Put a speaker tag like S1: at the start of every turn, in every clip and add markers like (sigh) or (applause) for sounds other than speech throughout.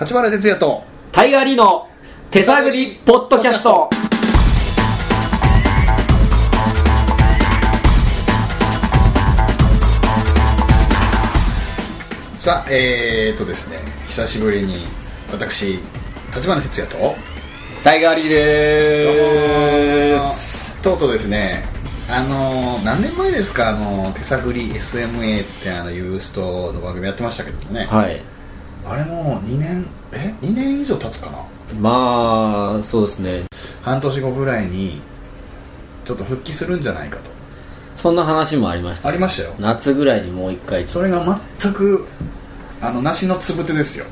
S1: 立花哲也と
S2: タイガーリーの手探りポッドキャスト。
S1: さあえー、っとですね久しぶりに私立花哲也と
S2: タイガーリーでーす。
S1: とうとうですねあのー何年前ですかあのー手探り SMA ってあのユーストの番組やってましたけどもね、
S2: はい。
S1: あれも2年え2年以上経つかな
S2: まあ、そうですね。
S1: 半年後ぐらいにちょっと復帰するんじゃないかと
S2: そんな話もありました。
S1: ありましたよ
S2: 夏ぐらいにもう一回。
S1: それが全くあの梨のつぶてですよ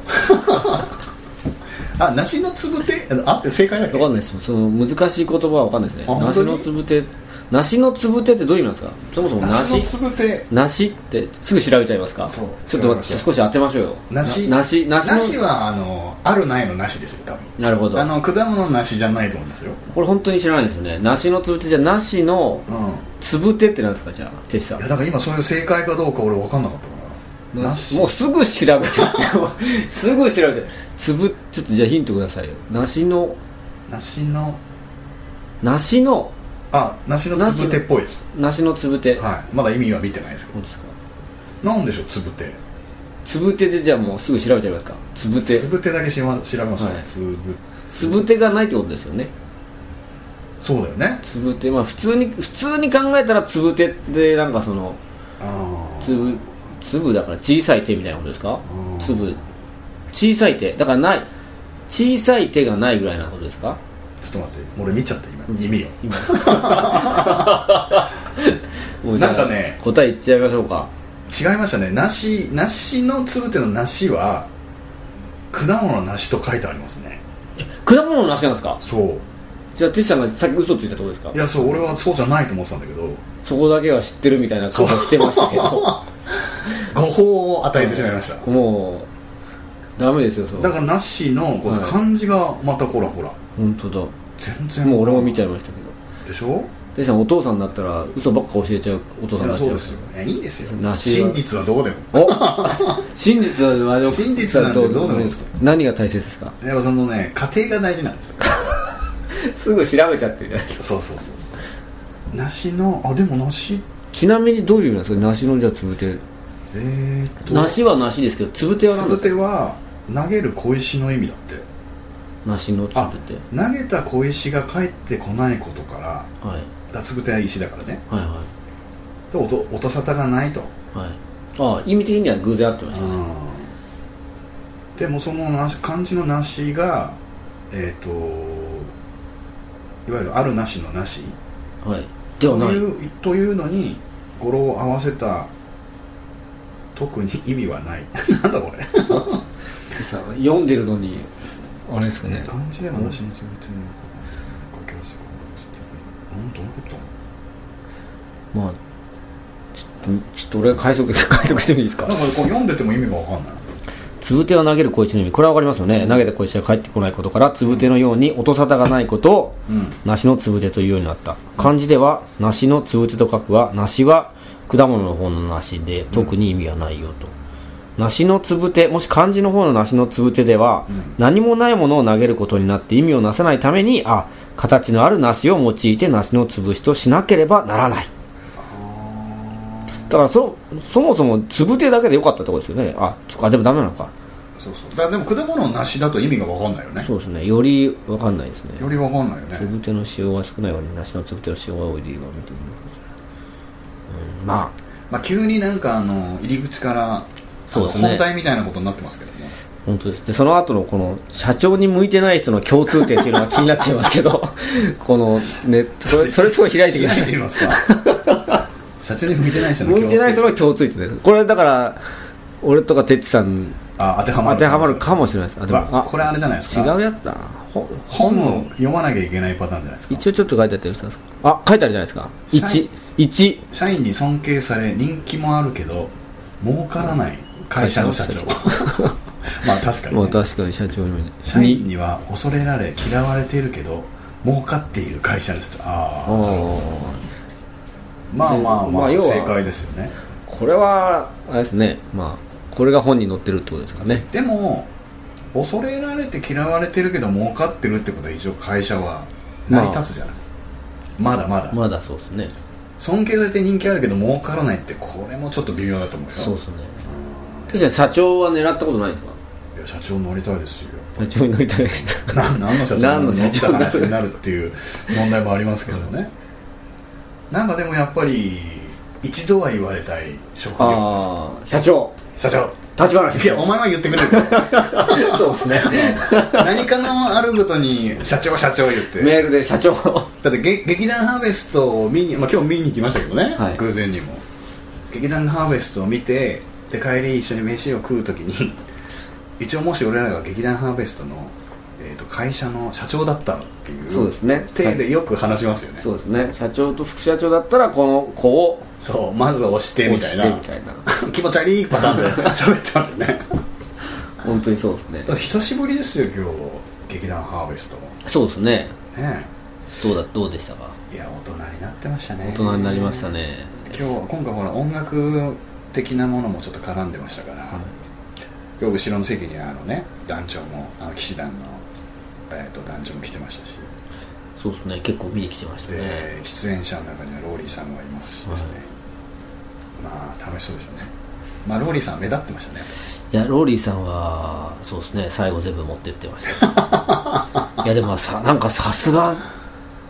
S1: (laughs) あ梨のつぶてあのあって正解だっけ
S2: わかんないです。その難しい言葉はわかんないですね。
S1: あ
S2: 梨の
S1: 本
S2: つ
S1: 当
S2: ぶて、梨のつぶてってどういう意味なんですかそもそも
S1: 梨のつ
S2: 梨。
S1: ぶて
S2: 梨ってすぐ調べちゃいますか
S1: そう
S2: ちょっと待って、少し当てましょうよ。
S1: 梨
S2: な梨、梨の。
S1: 梨はあのあるないの梨ですよ多分
S2: なるほど
S1: あ。の果物の梨じゃないと思いますよ、
S2: これ本当に知らないですよね。梨のつぶてじゃ、梨の
S1: うん、い
S2: つぶてってなんですかじゃあ、てしさん
S1: や。だから今それ正解かどうか俺分かんなかったから
S2: もう
S1: 梨
S2: すぐ調べちゃう (laughs) すぐ調べちゃうつぶちょっとじゃあヒントくださいよ梨の
S1: 梨の
S2: 梨の
S1: あ梨のつぶてっぽいです
S2: 梨のつぶて、
S1: はいまだ意味は見てないですけ
S2: 本当ですか
S1: どなんでしょうつぶて
S2: つぶてでじゃあもうすぐ調べちゃいますかつぶて
S1: つぶてだけしま調べましょう、
S2: はい
S1: つぶ
S2: つぶてがないってことですよね
S1: そうだよね
S2: つぶてまあ普通に普通に考えたらつぶてでなんかその
S1: あ
S2: つぶつぶだから小さい手みたいなことですか
S1: うん
S2: つぶ小さい手だからない小さい手がないぐらいなことですか
S1: あちょっと待って俺見ちゃった今意味を
S2: 今もうじゃあ
S1: なんかね
S2: 答え言っちゃいましょうか
S1: 違いましたね梨梨のつぶての梨は果物の梨と書いてありますね
S2: 果物の梨なんですか
S1: そう
S2: じゃあティッシュさんがさっき嘘ついたとこですか
S1: いやそう俺はそうじゃないと思ってたんだけど
S2: そこだけは知ってるみたいな顔してましたけど
S1: 誤報を与えてしまいました、
S2: もうダメですよそ
S1: だ
S2: れ
S1: から梨のこの
S2: はい
S1: 漢字がまたほらほら
S2: 本当だ
S1: 全然
S2: もう俺も見ちゃいましたけど
S1: でしょ
S2: ティッシュさんお父さんだったら嘘ばっか教えちゃうお父
S1: い
S2: さん
S1: や
S2: になっち
S1: そう
S2: ゃう
S1: ですよいやいいんですよ
S2: 梨は
S1: 真実はどうでも
S2: お真実はどう
S1: 真実なんてどうなるんですか
S2: 何が大切ですか
S1: やっぱそのね家庭が大事なんですよ
S2: すぐ調べちゃってるじゃないですか
S1: そうそうそうそう梨のあでも梨
S2: ちなみにどういう意味なんですか梨のじゃあつぶて
S1: えー、っと
S2: 梨は梨ですけどつぶては
S1: つ
S2: 何だ
S1: ぶ
S2: って
S1: ては投げる小石の意味だって
S2: 梨のつ
S1: あ
S2: ぶて
S1: 投げた小石が返ってこないことから
S2: はい
S1: だつぶては石だからね
S2: はいは
S1: と音音沙汰がないと
S2: いはいああ意味的には偶然合ってましたね
S1: でもその梨漢字の梨がえっ、といわゆるあるなしのなし
S2: はいでは
S1: と
S2: ない
S1: いうというのに語呂を合わせた特に意味はない (laughs) なんだこれ
S2: さ読んでるのにあれですかね
S1: 漢字ではなしのつぶての掛け合わせうんどういうこと
S2: まあちょっとちょっと俺が解読解読してもいいですか
S1: なんかこう読んでても意味がわかんない
S2: つぶては投げる小石の意味これはわかりますよね投げた小石が返ってこないことからつぶてのように音沙汰がないことを
S1: うん
S2: 梨のつぶてというようになった漢字では梨のつぶてと書くが梨は果物の方の梨で特に意味はないよと、梨のつぶてもし漢字の方の梨のつぶてでは、
S1: ん
S2: 何もないものを投げることになって意味をなさないためにあ形のある梨を用いて梨のつぶしとしなければならないだからそそもそもつぶてだけでよかったってことですよねあそっかでもダメなのか
S1: そうそうだでも果物の梨だと意味がわかんないよね
S2: そうですねよりわかんないですね
S1: よりわかんないよね
S2: つぶての使用は少ない割に梨のつぶての使用は多い理由は見てみます、うん、まあ
S1: まあ、急になんかあの入り口からあの
S2: そうですね
S1: 本体みたいなことになってますけども
S2: 本当ですでその後のこの社長に向いてない人の共通点っていうのが気になっちゃいますけど (laughs) このね
S1: (laughs)
S2: それそれすごい開いてきま
S1: 開い
S2: す
S1: てみますか
S2: (laughs)
S1: 社長に向いてない人の
S2: 向いてない人
S1: 共
S2: の共通点ですこれだから俺とかてっちさん
S1: 通あ当てはま
S2: 当
S1: る
S2: てはまるかもしれないですあで
S1: わ
S2: もあ
S1: これあれじゃないです
S2: 違
S1: か
S2: うやつだほ
S1: 本を読まなきゃいけないパターンじゃないですか
S2: 一応ちょっと書いてあったりしたんですかあ書いてあるじゃないですか
S1: 社
S2: 1一
S1: 社員に尊敬され人気もあるけど儲からない会社の社長 (laughs) まあ確かに、
S2: も
S1: ね
S2: う、確かに社長に向いて
S1: 社員
S2: に
S1: には恐れられ嫌われているけど儲かっている会社の社長あ
S2: あ
S1: あ
S2: ー
S1: まあまあま
S2: ま
S1: あ
S2: あ要は
S1: 正解ですよね
S2: これはあれですねまあこれが本に載ってるってことですかね
S1: でも恐れられて嫌われてるけど儲かってるってことは一応会社は成り立つじゃない、まだまだ、
S2: まだそうですね
S1: 尊敬されて人気あるけど儲からないってこれもちょっと微妙だと思うよ
S2: そうですね確かに社長は狙ったことないですか
S1: いや社長になりたいですよ (laughs)
S2: 社長になり (laughs) たい
S1: な何の社長
S2: 何の社長
S1: なのって話になるっていう問題もありますけど (laughs) ねなんかでもやっぱり一度は言われたい職業じゃないですか
S2: ああ社長
S1: 社長
S2: 立花 (laughs)
S1: いやお前は言ってくれ (laughs) るそうですね何かのあることに社長社長言って
S2: メールで社長
S1: だってげ劇団ハーベストを見に、まあ、今日見に来ましたけどね、
S2: はい
S1: 偶然にも劇団ハーベストを見てで帰り一緒に飯を食う時に (laughs) 一応もし俺らが劇団ハーベストの、えー、と会社の社長だったらっていう
S2: そうですね
S1: 手でよく話しますよね
S2: そうですね社長と副社長だったらこの子を
S1: そうまず押してみたいな
S2: 押してみたいな
S1: 気持ち悪いパ
S2: (laughs)
S1: ターンで喋ってますよね
S2: 本当にそうですね
S1: だから久しぶりですよ今日劇団ハーベストも
S2: そうですね
S1: ね
S2: どうだどうでしたか
S1: えいや大人になってましたね
S2: 大人になりましたね
S1: 今日今回ほら音楽的なものもちょっと絡んでましたから、今日後ろの席にあのね団長もあの騎士団の、えー、と団長も来てましたし
S2: そうですね結構見に来てました
S1: で、
S2: ね
S1: 出演者の中にはローリーさんがいますしですね、まあ楽しそうでしたねまあローリーさんは目立ってましたね
S2: いやローリーさんはそうですね最後全部持ってってましたいやでもさなんかさすが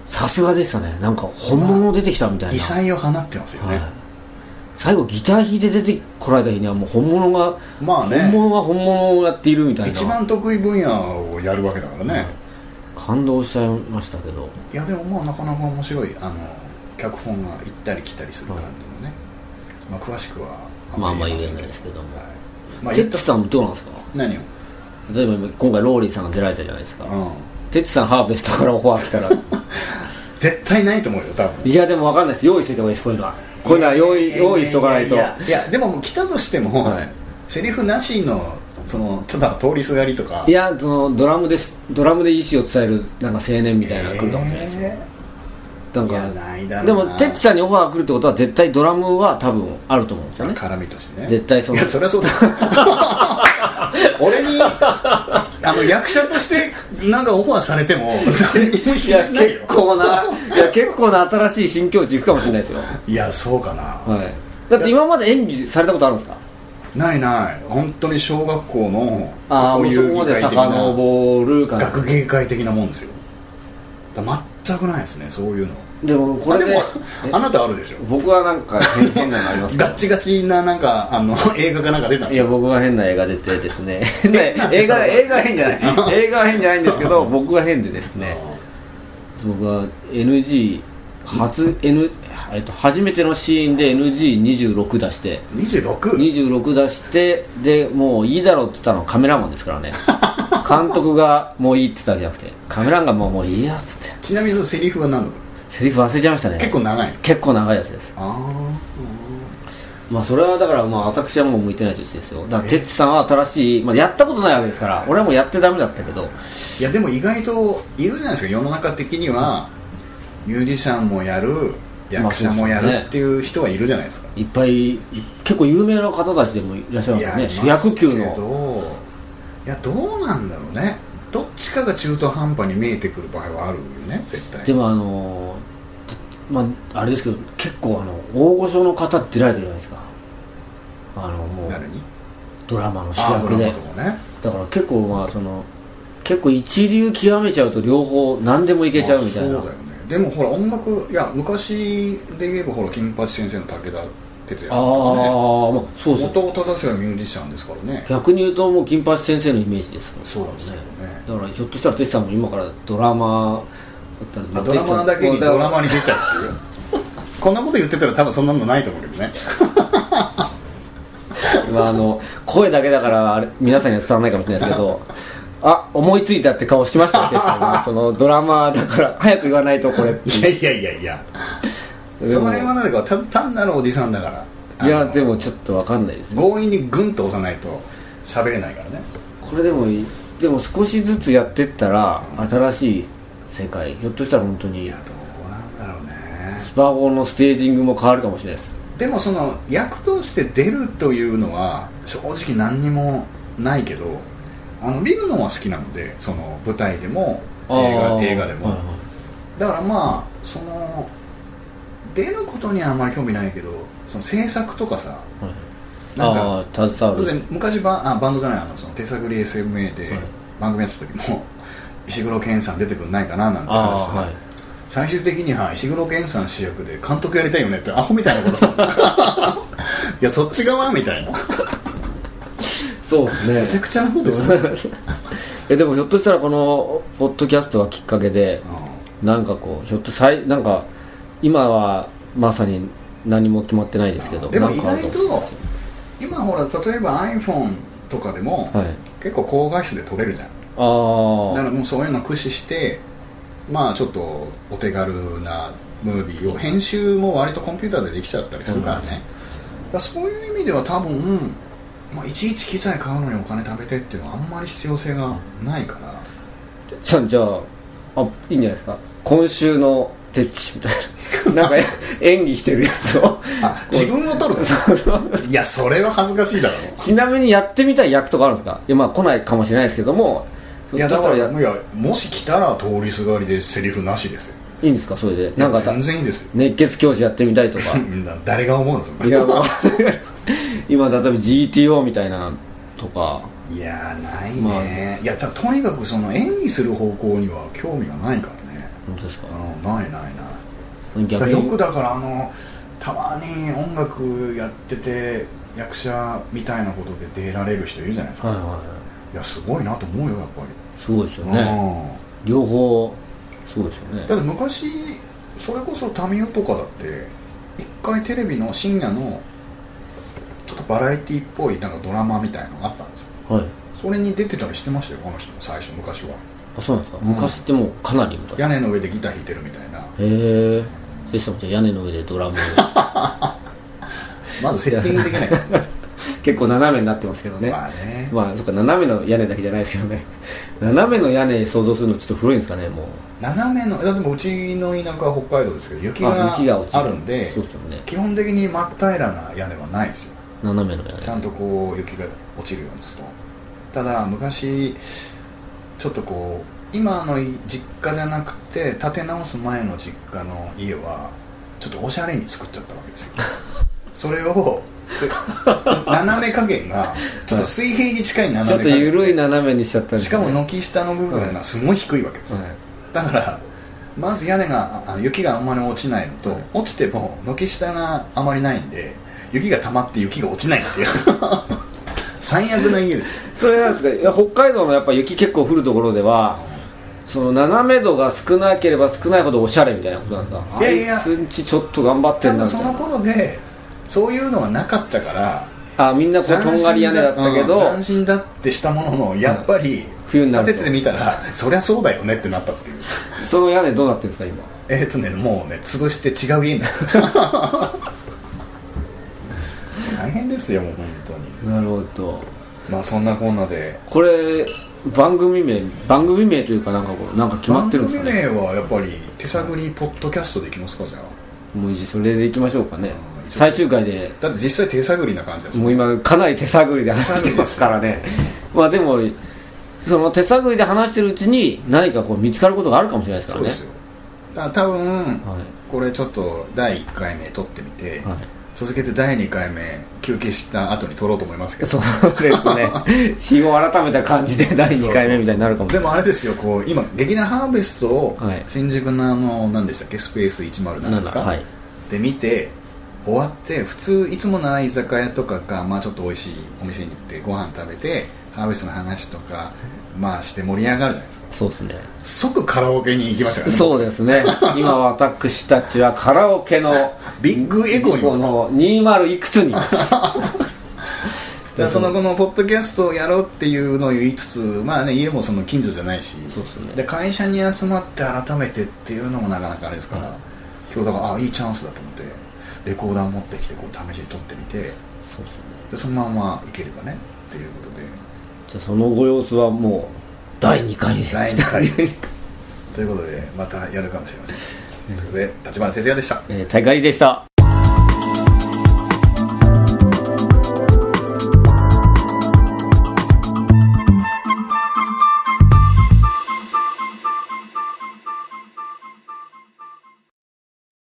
S2: さすがでしたねなんか本物出てきたみたいな
S1: 異彩を放ってますよね、
S2: はい、最後ギター弾いて出てこられた日にはもう本物が、
S1: まあね
S2: 本物が本物をやっているみたいな
S1: 一番得意分野をやるわけだからね、
S2: はい感動しちゃいましたけど
S1: いやでもまあなかなか面白いあの脚本が行ったり来たりする感じのね、まあ詳しくは
S2: まああんま
S1: せ
S2: 言えないですけども
S1: はいまあ
S2: テ
S1: 言っ
S2: ッ
S1: た
S2: チさんどうなんですか
S1: 何を
S2: 例えば今回ローリーさんが出られたじゃないですか、
S1: うん
S2: テッチさんハーベストからオファー来たら
S1: 絶対ないと思うよ多分
S2: いやでも分かんないです用意していた方がいいですこういうのはこういうのは用意用意しとかないと
S1: いやいやでも来たとしても、
S2: はい
S1: セリフなしのそのただ通りすがりとか
S2: いやそのドラムでドラムで意思を伝えるなんか青年みたいなのが来るかもしれないです、
S1: え
S2: なん
S1: ーいや
S2: か
S1: ないだろう
S2: で
S1: な
S2: もテッチさんにオファー来るってことは絶対ドラムは多分あると思うんですよね
S1: 絡みとしてね
S2: 絶対その
S1: いやそりゃそうだ
S2: (laughs)
S1: 俺にあの役者としてなんかオファーされても何にも
S2: い
S1: 引
S2: や
S1: やしないよ
S2: 結構ないや結構な新しい新境地行くかもしれないですよ、
S1: いやそうかな、
S2: はい、だって今まで演技されたことあるんですか
S1: ないない本当に小学校の
S2: ああもうそこまで
S1: 的な
S2: 遡る感
S1: 学芸会的なもんですよだから全くないですねそういうの
S2: じでもこ
S1: あ
S2: れ
S1: で
S2: で
S1: も
S2: え
S1: あなたあるでしょ
S2: 僕はなんか変変なのあります
S1: ガッ
S2: か
S1: チガチななんかあの (laughs) 映画かなんか出たん
S2: い
S1: でし
S2: や
S1: ょ
S2: 僕は変な映画出てですね (laughs) 変な映画映画は変じゃ (laughs) ない映画は変じゃないんですけど僕は変でですね僕は NG 初 N えっと初めてのシーンで NG26 出して
S1: 26?
S2: 26出してでもういいだろうって言ったのはカメラマンですか
S1: (laughs)
S2: らね監督がもういいって言ったわけじゃなくてカメラマンがもうもういいやっつって
S1: ちなみにそのセリフは何だろ
S2: セリフ忘れちゃいましたね
S1: う結構長いの
S2: 結構長いやつです
S1: あ
S2: まあそれはだからまあ私はもう向いてないとしてですよだから哲さんは新しい、まあ、やったことないわけですから俺はもうやってダメだったけど
S1: あいやでも意外といるじゃないですか世の中的にはミュージシャンもやる役者もや
S2: まあそうです
S1: る
S2: ね
S1: っていう人はいるじゃないですか、
S2: いっぱい結構有名な方たちでもいらっしゃる
S1: い
S2: んです
S1: や
S2: よね
S1: い
S2: 主
S1: ます
S2: 役級
S1: け
S2: の
S1: どいやどうなんだろうねどっちかが中途半端に見えてくる場合はあるよね絶対
S2: でもあのーまああれですけど結構あの大御所の方出られてるじゃないですかあのもう
S1: 誰に
S2: ドラマの主
S1: あド
S2: 役
S1: ラマ
S2: で
S1: とかね
S2: だから結構まあその結構一流極めちゃうと両方何でもいけちゃうみたい
S1: あ
S2: な
S1: そうだよねでもほら音楽いや昔で言えばほら金八先生の武田鉄矢
S2: あ
S1: さんとかね
S2: あまあそうそう
S1: 元を正せばミュージシャンですからね
S2: 逆に言うともう金八先生のイメージですからね
S1: そうですよね
S2: だからひょっとしたらテツさんも今からドラマだっ
S1: あ
S2: たら
S1: ドラマだけにドラマ
S2: に
S1: に出ちゃうっていう (laughs) こんなこと言ってたら多分そんなのないと思うけどね
S2: あの声だけだからあれ皆さんには伝わらないかもしれないですけどあ思いついたって顔しましたよテツさん
S1: (laughs)
S2: がそのドラマだから早く言わないとこれ
S1: (laughs) いやいやいやいや
S2: でも
S1: その辺はなんかた単なるおじさんだから
S2: い
S1: あ
S2: や
S1: の
S2: でもちょっとわかんないですね
S1: 強引にグンと押さないと喋れないからね
S2: これでもいいでも少しずつやってったら新しい世界ひょっとしたら本当
S1: い
S2: に
S1: やどうなんだろうね
S2: スパゴのステージングも変わるかもしれないです
S1: でもその役として出るというのは正直何にもないけどあの見るのは好きなのでその舞台でも
S2: あ
S1: 映
S2: ー
S1: 画映画でも、
S2: はいはい
S1: だからまあその出ることにはあんまり興味ないけどその制作とかさ
S2: はい
S1: なんか
S2: ああ携わ
S1: で
S2: る
S1: 昔バあバンドじゃないあのその手探り SMA で
S2: はい
S1: 番組やってた時も石黒健さん出てくんないかななんて
S2: あ
S1: 話し
S2: あ
S1: て、
S2: はい
S1: 最終的には石黒健さん主役で監督やりたいよねってアホみたいなことさ (laughs) いやそっち側みたいな
S2: そうですね
S1: めちゃくちゃなことさ、うん
S2: (laughs) えでもひょっとしたらこのポッドキャストはきっかけでなんかこうひょっとさいなんか今はまさに何も決まってないですけど
S1: でも
S2: なん
S1: 意
S2: かある
S1: 外
S2: と
S1: と今ほら例えば iPhone とかでも、
S2: はい
S1: 結構高画質で撮れるじゃんだか
S2: あ
S1: らもうそういうの駆使してまあちょっとお手軽なムービーを編集も割とコンピューターでできちゃったりするからね、だからそういう意味では多分、まあ、いちいち機材買うのにお金貯めてっていうのはあんまり必要性がないから
S2: あじゃあじゃああいいんじゃないですか今週のてっちみたいな
S1: (laughs)
S2: なんかえ演技してるやつを
S1: あ自分を撮るのいやそれは恥ずかしいだろ
S2: ちなみにやってみたい役とかあるんですかいやまあ来ないかもしれないですけども
S1: いや
S2: ひょ
S1: だ
S2: っとし
S1: か
S2: た
S1: らい
S2: や
S1: やもし来たら通りすがりでセリフなしですよ
S2: いいんですかそれでなんか
S1: いや全然いいですよ
S2: 熱血教師やってみたい
S1: (laughs)
S2: とか
S1: うんだ誰が思うんです
S2: い
S1: よ
S2: やもう今例えば GTO みたいなとか
S1: いやない
S2: まあ
S1: ね、いやたとにかくその演技する方向には興味がないからね
S2: 本当ですか
S1: うんないないないだから
S2: 逆に
S1: よくだからあのたまに音楽やってて役者みたいなことで出られる人いるじゃないですか、
S2: はいはいはい
S1: いやすごいなと思うよやっぱ
S2: すごいですよ
S1: り、
S2: ね
S1: う
S2: 両方すごいですよね
S1: んだって昔それこそ民生とかだって一回テレビの深夜のちょっとバラエティっぽいなんかドラマみたいのがあったんですよ
S2: はい
S1: それに出てたりしてましたよこの人も最初昔は
S2: あそうなんですか
S1: ん
S2: 昔ってもうかなり昔
S1: 屋
S2: へ
S1: 根の上でギター弾いてるみたいな
S2: えそしたらじゃあ屋根の上でドラム
S1: まずセッティングできないからね
S2: (laughs) 結構斜めになってますけどね
S1: まあね
S2: まあそっか斜めの屋根だけじゃないですけどね (laughs) 斜めの屋根想像するのちょっと古いんですかねもう
S1: 斜めのだってもううちの田舎は北海道ですけど雪
S2: あ
S1: が
S2: 雪が落ち
S1: あるんで
S2: そうですよね
S1: 基本的に真っ平らな屋根はないですよ
S2: 斜めの屋
S1: ちゃ
S2: 根
S1: んとこう雪が落ちるようにするとただ昔ちょっとこう今の実家じゃなくて建て直す前の実家の家はちょっとおしゃれに作っちゃったわけ
S2: (laughs)
S1: ですよそれをで斜め加減がちょっと水平に近い
S2: ちょっ
S1: 斜め
S2: と
S1: 加減
S2: 緩い斜めにしちゃったんです
S1: しか
S2: ね
S1: も軒下の部分がすごい低いわけですよ、
S2: はい
S1: だからまず屋根がああの雪があんまり落ちないのと、落ちても軒下があまりないんで雪が溜まって雪が落ちないっていう (laughs) 最悪な家ですよ
S2: それなんですかいや北海道のやっぱ雪結構降るところではその斜め度が少なければ少ないほどおしゃれみたいなことなんですか
S1: いやいや
S2: あいつんちちょっと頑張って
S1: 多
S2: んな
S1: 分
S2: みた
S1: そ
S2: い
S1: の
S2: な
S1: 頃でそういうのはなかったから
S2: あみんなこうとんがり屋根だったけど、
S1: うん斬新だってしたもののやっぱり、
S2: 冬になると
S1: 建ててみたらそりゃそうだよねってなったっていう
S2: その屋根どうなってるんですか今
S1: えっ、ー、とねもうね潰して違う家になった (laughs) 大変ですよもう本当に
S2: なるほど
S1: まあそんなこんなで
S2: これ番組名番組名というかなんかこうなんか決まってるんですかね
S1: 番組名はやっぱり手探りポッドキャストでいきますかじゃあ
S2: もういいしそれでいきましょうかね
S1: うん
S2: 最終回で
S1: だって実際手探りな感じです
S2: もう今かなり手探りで話してますからね (laughs) まあでもその手探りで話してるうちに何かこう見つかることがあるかもしれないですか
S1: そ
S2: ら
S1: う
S2: ね
S1: ですよだから多分
S2: はい
S1: これちょっと第1回目撮ってみて、
S2: はい
S1: 続けて第2回目休憩した後に撮ろうと思いますけど
S2: そうです (laughs) ね日を改めた感じで第2回目みたいになるかもし
S1: で
S2: れない
S1: もあれですよこう今劇団ハーベストを
S2: はい
S1: 新宿のあの何でしたっけスペース107ですか、
S2: はい
S1: で見て終わって普通いつもなら居酒屋とかか、まあ、ちょっと美味しいお店に行ってご飯食べてハーベストの話とか、まあ、して盛り上がるじゃないですか
S2: そうですね
S1: 即カラオケに行きましたからね
S2: そうですね今私たちはカラオケの
S1: ビッグエコーにも
S2: この20いくつに
S1: だからその後のポッドキャストをやろうっていうのを言いつつ、まあね、家もその近所じゃないし
S2: そうですね
S1: で会社に集まって改めてっていうのもなかなかあれですから、今日だからあいいチャンスだと思ってレコーダー持ってきてこう試しに撮ってみて
S2: そうですね
S1: でそのままいければねっていうことで
S2: じゃあそのご様子はもう第2回で
S1: 第二回ということでまたやるかもしれません。ということで立花哲也でした。
S2: (laughs) えー大会でした